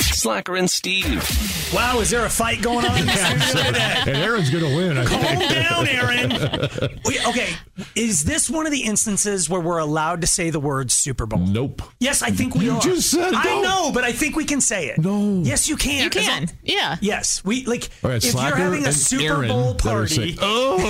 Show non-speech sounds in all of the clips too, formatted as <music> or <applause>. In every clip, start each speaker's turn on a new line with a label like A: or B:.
A: Slacker and Steve.
B: Wow, is there a fight going on? in
C: <laughs>
B: the studio today?
C: And Aaron's going to win. I
B: Calm
C: think.
B: down, Aaron.
C: <laughs>
B: We- okay, is this one of the instances where we're allowed to say the word Super Bowl?
C: Nope.
B: Yes, I think we
C: You
B: are.
C: just said
B: I
C: no.
B: know, but I think we can say it.
C: No.
B: Yes, you can.
D: You
B: As long-
D: can. Yeah.
B: Yes, we like
C: All right,
B: if you're
C: Slacker
B: having a
C: and
B: Super
C: Aaron
B: Bowl
C: that are
B: party,
C: sick. Oh.
B: <laughs>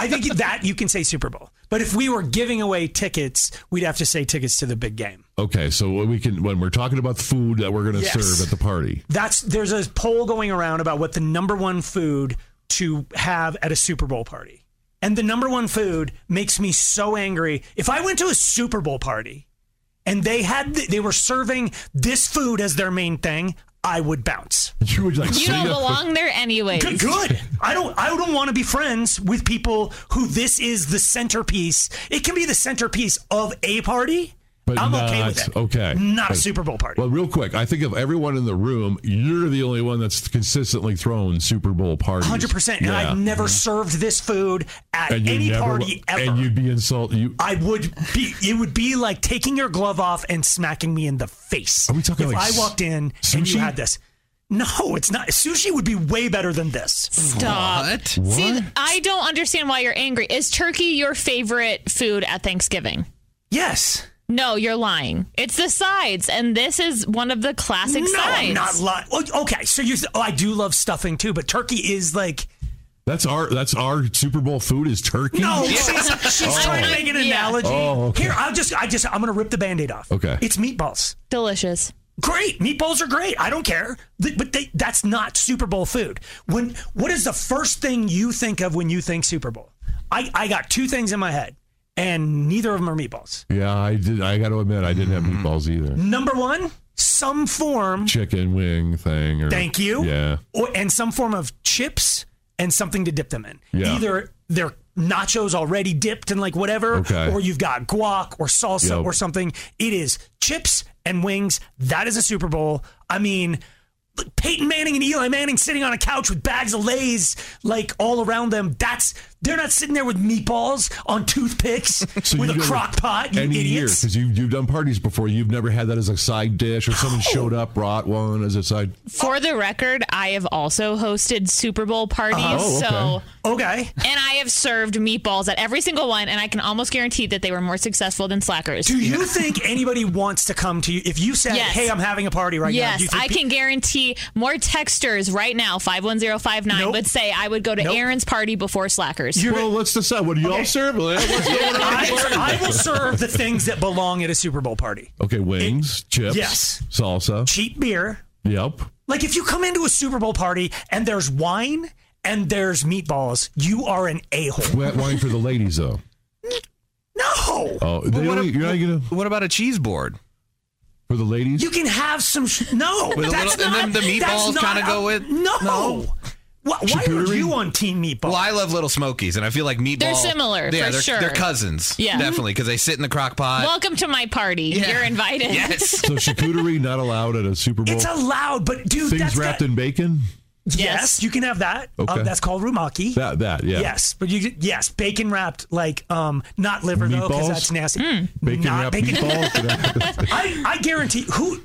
B: I think that you can say Super Bowl. But if we were giving away tickets, we'd have to say tickets to the big game.
C: Okay, so what we can when we're talking about food that we're going to
B: Yes.
C: serve at the party.
B: That's there's a poll going around about what the number one food to have at a Super Bowl party. And the number one food makes me so angry. If I went to a Super Bowl party and they had th- they were serving this food as their main thing, I would bounce.
C: You would like
D: You
C: sing
D: don't
C: a-
D: belong there anyways.
B: Good. good. I don't I don't want to be friends with people who this is the centerpiece. It can be the centerpiece of a party.
C: But
B: I'm okay
C: not-
B: with it.
C: okay.
B: Not a
C: But-
B: Super Bowl party.
C: Well, real quick, I think of everyone in the room. You're the only one that's consistently thrown Super Bowl parties.
B: Hundred percent, and
C: Yeah.
B: I've never served this food at
C: And you
B: any
C: never-
B: party ever.
C: And you'd be insulted. You,
B: I would be. It would be like taking your glove off and smacking me in the face.
C: Are we talking
B: if
C: like
B: I walked in and
C: sushi?
B: you had this? No, it's not. Sushi would be way better than this.
D: Stop.
A: What?
D: See, I don't understand why you're angry. Is turkey your favorite food at Thanksgiving?
B: Yes.
D: No, you're lying. It's the sides, and this is one of the classic
B: no,
D: sides.
B: I'm not lying. Okay, so you. Oh, I do love stuffing too, but turkey is like.
C: that's our that's our Super Bowl food is turkey.
B: No, she's, she's trying to make an
D: Yeah.
B: analogy.
C: Oh, okay.
B: Here, I'll just. I just. I'm gonna rip the band-aid off.
C: Okay.
B: It's meatballs.
D: Delicious.
B: Great, meatballs are great. I don't care, Th- but they, that's not Super Bowl food. When what is the first thing you think of when you think Super Bowl? I, I got two things in my head, and neither of them are meatballs.
C: Yeah, I did. I got to admit, I didn't have meatballs either.
B: Number one, some form,
C: Chicken wing thing. Or,
B: thank you,
C: Yeah.
B: or, and some form of chips and something to dip them in.
C: Yeah.
B: Either they're nachos already dipped and like whatever,
C: Okay.
B: or you've got guac or salsa
C: Yep.
B: or something. It is chips and wings. That is a Super Bowl. I mean, Peyton Manning and Eli Manning sitting on a couch with bags of Lay's like all around them. That's they're not sitting there with meatballs on toothpicks
C: <laughs> So
B: with
C: you
B: a
C: don't-
B: crock pot. You
C: any year
B: idiots.
C: because you you've done parties before. You've never had that as a side dish, or someone showed up brought one as a side.
D: For the record, I have also hosted Super Bowl parties,
C: Oh, okay.
D: so
B: Okay,
D: and I have served meatballs at every single one, and I can almost guarantee that they were more successful than slackers.
B: do you think anybody wants to come to you? If you said,
D: Yes.
B: "Hey, I'm having a party right now," do you
D: Yes,
B: think
D: I can guarantee more texters right now, 51059,
B: Nope.
D: would say I would go to
B: Nope.
D: Aaron's party before slackers.
C: well, let's decide. What do you all serve? What's
B: <laughs>
C: going on?
B: I, I will serve the things that belong at a Super Bowl party.
C: Okay, wings, chips,
B: Yes.
C: salsa.
B: Cheap beer.
C: Yep.
B: Like if you come into a Super Bowl party and there's wine and there's meatballs, you are an a-hole.
C: Wet wine for the ladies, though.
B: No.
C: Oh, they
A: what,
C: only,
A: ab-
C: you're not gonna
A: what about a cheese board?
C: for the ladies.
B: You can have some sh- No.
A: With a
B: that's
A: little- and
B: not,
A: then the
B: that's
A: meatballs
B: not
A: kinda
B: a-
A: go with-
B: No.
A: No.
B: Why, why are
C: Charcuterie?
B: you on team meatball?
A: Well, I love Little Smokies, and I feel like meatball.
D: They're similar,
A: yeah,
D: for
A: they're,
D: sure.
A: They're cousins,
D: Yeah.
A: definitely, because they sit in the crock pot.
D: Welcome to my party.
A: Yeah.
D: You're invited.
A: <laughs> yes,
C: so charcuterie not allowed at a Super Bowl.
B: it's allowed, but dude,
C: Things
B: that's
C: wrapped
B: got-
C: in bacon.
B: yes,
D: Yes.
B: you can have that.
C: Okay.
B: Uh, that's called rumaki.
C: That that yeah.
B: Yes, but you yes, bacon wrapped like um not liver though because
C: Meatballs?
B: that's nasty.
C: Bacon
B: not
C: wrapped
B: bacon. <laughs>
C: meatballs.
B: I, I guarantee who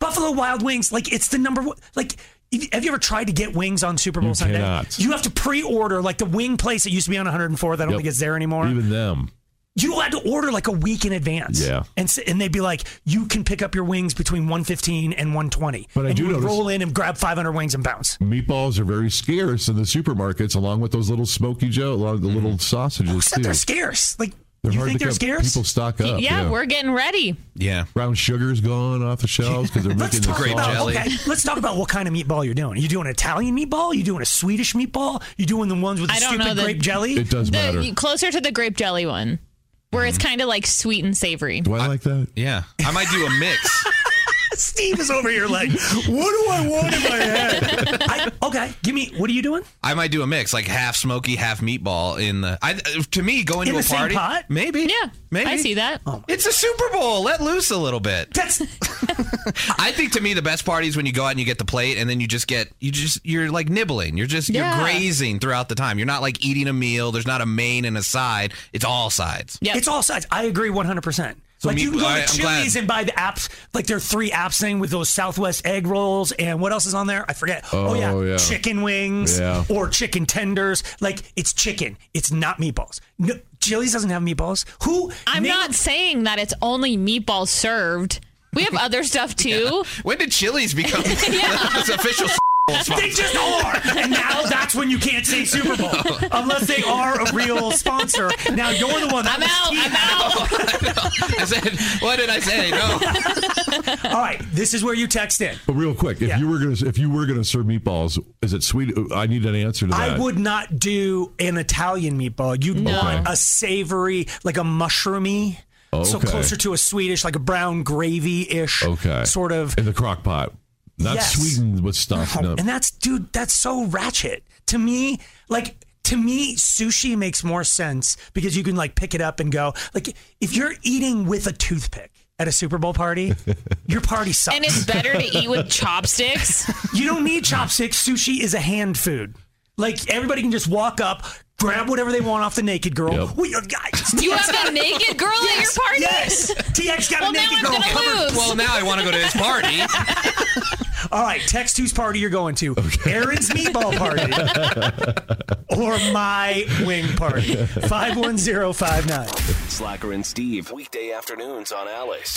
B: Buffalo Wild Wings like it's the number one like if- have you ever tried to get wings on Super Bowl
C: You
B: Sunday?
C: cannot.
B: You have to pre-order like the wing place that used to be on 104th. I don't
C: Yep.
B: think it's there anymore.
C: Even them.
B: you had to order like a week in advance.
C: Yeah.
B: and s- and they'd be like, you can pick up your wings between 115 and 120.
C: But I
B: and
C: do
B: you would
C: notice-
B: roll in and grab 500 wings and bounce.
C: Meatballs are very scarce in the supermarkets, along with those little Smoky Joe, along with the little sausages
B: Except
C: too.
B: Mm-hmm. they're scarce. Like
C: They're
B: you
C: hard
B: think
C: to
B: they're
C: get.
B: scarce?
C: People stock
D: <laughs> Yeah,
C: up.
D: we're getting ready.
A: yeah.
C: brown sugar's
B: <laughs>
C: gone off the shelves because they're
B: Let's
C: making the
B: talk
A: Grape
B: about
C: sauce.
A: jelly.
B: okay. Let's talk about what kind of meatball you're doing. Are you doing an Italian meatball? You doing a Swedish meatball? You doing the ones with the
D: I don't know
B: stupid
D: the-
B: grape jelly?
C: It does matter.
D: The, closer to the grape jelly one,
B: Mm-hmm.
D: where it's kind of like sweet and savory.
C: Do I like that?
A: Yeah. I might do a mix.
B: <laughs> Steve is over here like, what do I want in my
D: <laughs>
B: head? I, okay, give me. What are you doing?
A: I might do a mix, like half smoky, half meatball. In the, I, to me, going
B: In
A: to
B: the
A: a
B: same
A: party,
B: pot?
A: maybe.
D: Yeah,
A: maybe
D: I see that.
B: Oh.
A: It's a Super Bowl. Let loose a little bit.
B: That's
A: I think to me the best party is when you go out and you get the plate and then you just get you just you're like nibbling. You're just
D: Yeah.
A: you're grazing throughout the time. You're not like eating a meal. There's not a main and a side. It's all sides.
D: Yep.
B: it's all sides. I agree 100. percent like
A: me-
B: you can go
A: I-
B: to
A: I'm
B: Chili's
A: glad.
B: and buy the apps, like there are three apps thing with those Southwest egg rolls and what else is on there? I forget. Oh,
C: Oh, yeah.
B: chicken wings
C: Yeah.
B: or chicken tenders. Like it's chicken. It's not meatballs. No, Chili's doesn't have meatballs. Who?
D: I'm
B: name-
D: not saying that it's only meatballs served. We have other stuff too.
A: When did Chili's become <laughs> this official sponsor?
B: They just are, and now that's when you can't say Super Bowl unless they are a real sponsor. Now you're the one. That
D: I'm
B: was
D: out.
B: Steve.
D: I'm out.
A: I said, what did I say? No.
B: All right, this is where you text in.
C: But real quick, if
B: Yeah.
C: you were gonna if you were gonna serve meatballs, is it sweet? I need an answer to
B: I
C: that.
B: would not do an Italian meatball. You'd want a savory, like a mushroomy. So
C: Okay.
B: closer to a Swedish, like a brown gravy ish
C: Okay.
B: sort of.
C: in the crock pot, not
B: Yes.
C: sweetened with stuff.
B: Oh,
C: No.
B: And that's, dude, that's so ratchet. To me, like, to me, sushi makes more sense because you can, like, pick it up and go. Like, if you're eating with a toothpick at a Super Bowl party, your party sucks.
D: And it's better to eat
B: <laughs>
D: with chopsticks.
B: You don't need chopsticks. Sushi is a hand food. Like everybody can just walk up, grab whatever they want off the naked girl.
C: Yep.
B: We, uh, guys,
D: You have a naked girl at your party?
B: yes,
D: <laughs>
B: TX got
D: Well,
B: a
D: now
B: naked
D: I'm
B: girl.
D: gonna
B: covered.
D: lose.
A: Well, now I want to go to his party.
B: All right, text whose party you're going to. Aaron's meatball party or my wing party. Five one zero five nine.
E: Slacker and Steve, weekday afternoons on Alice.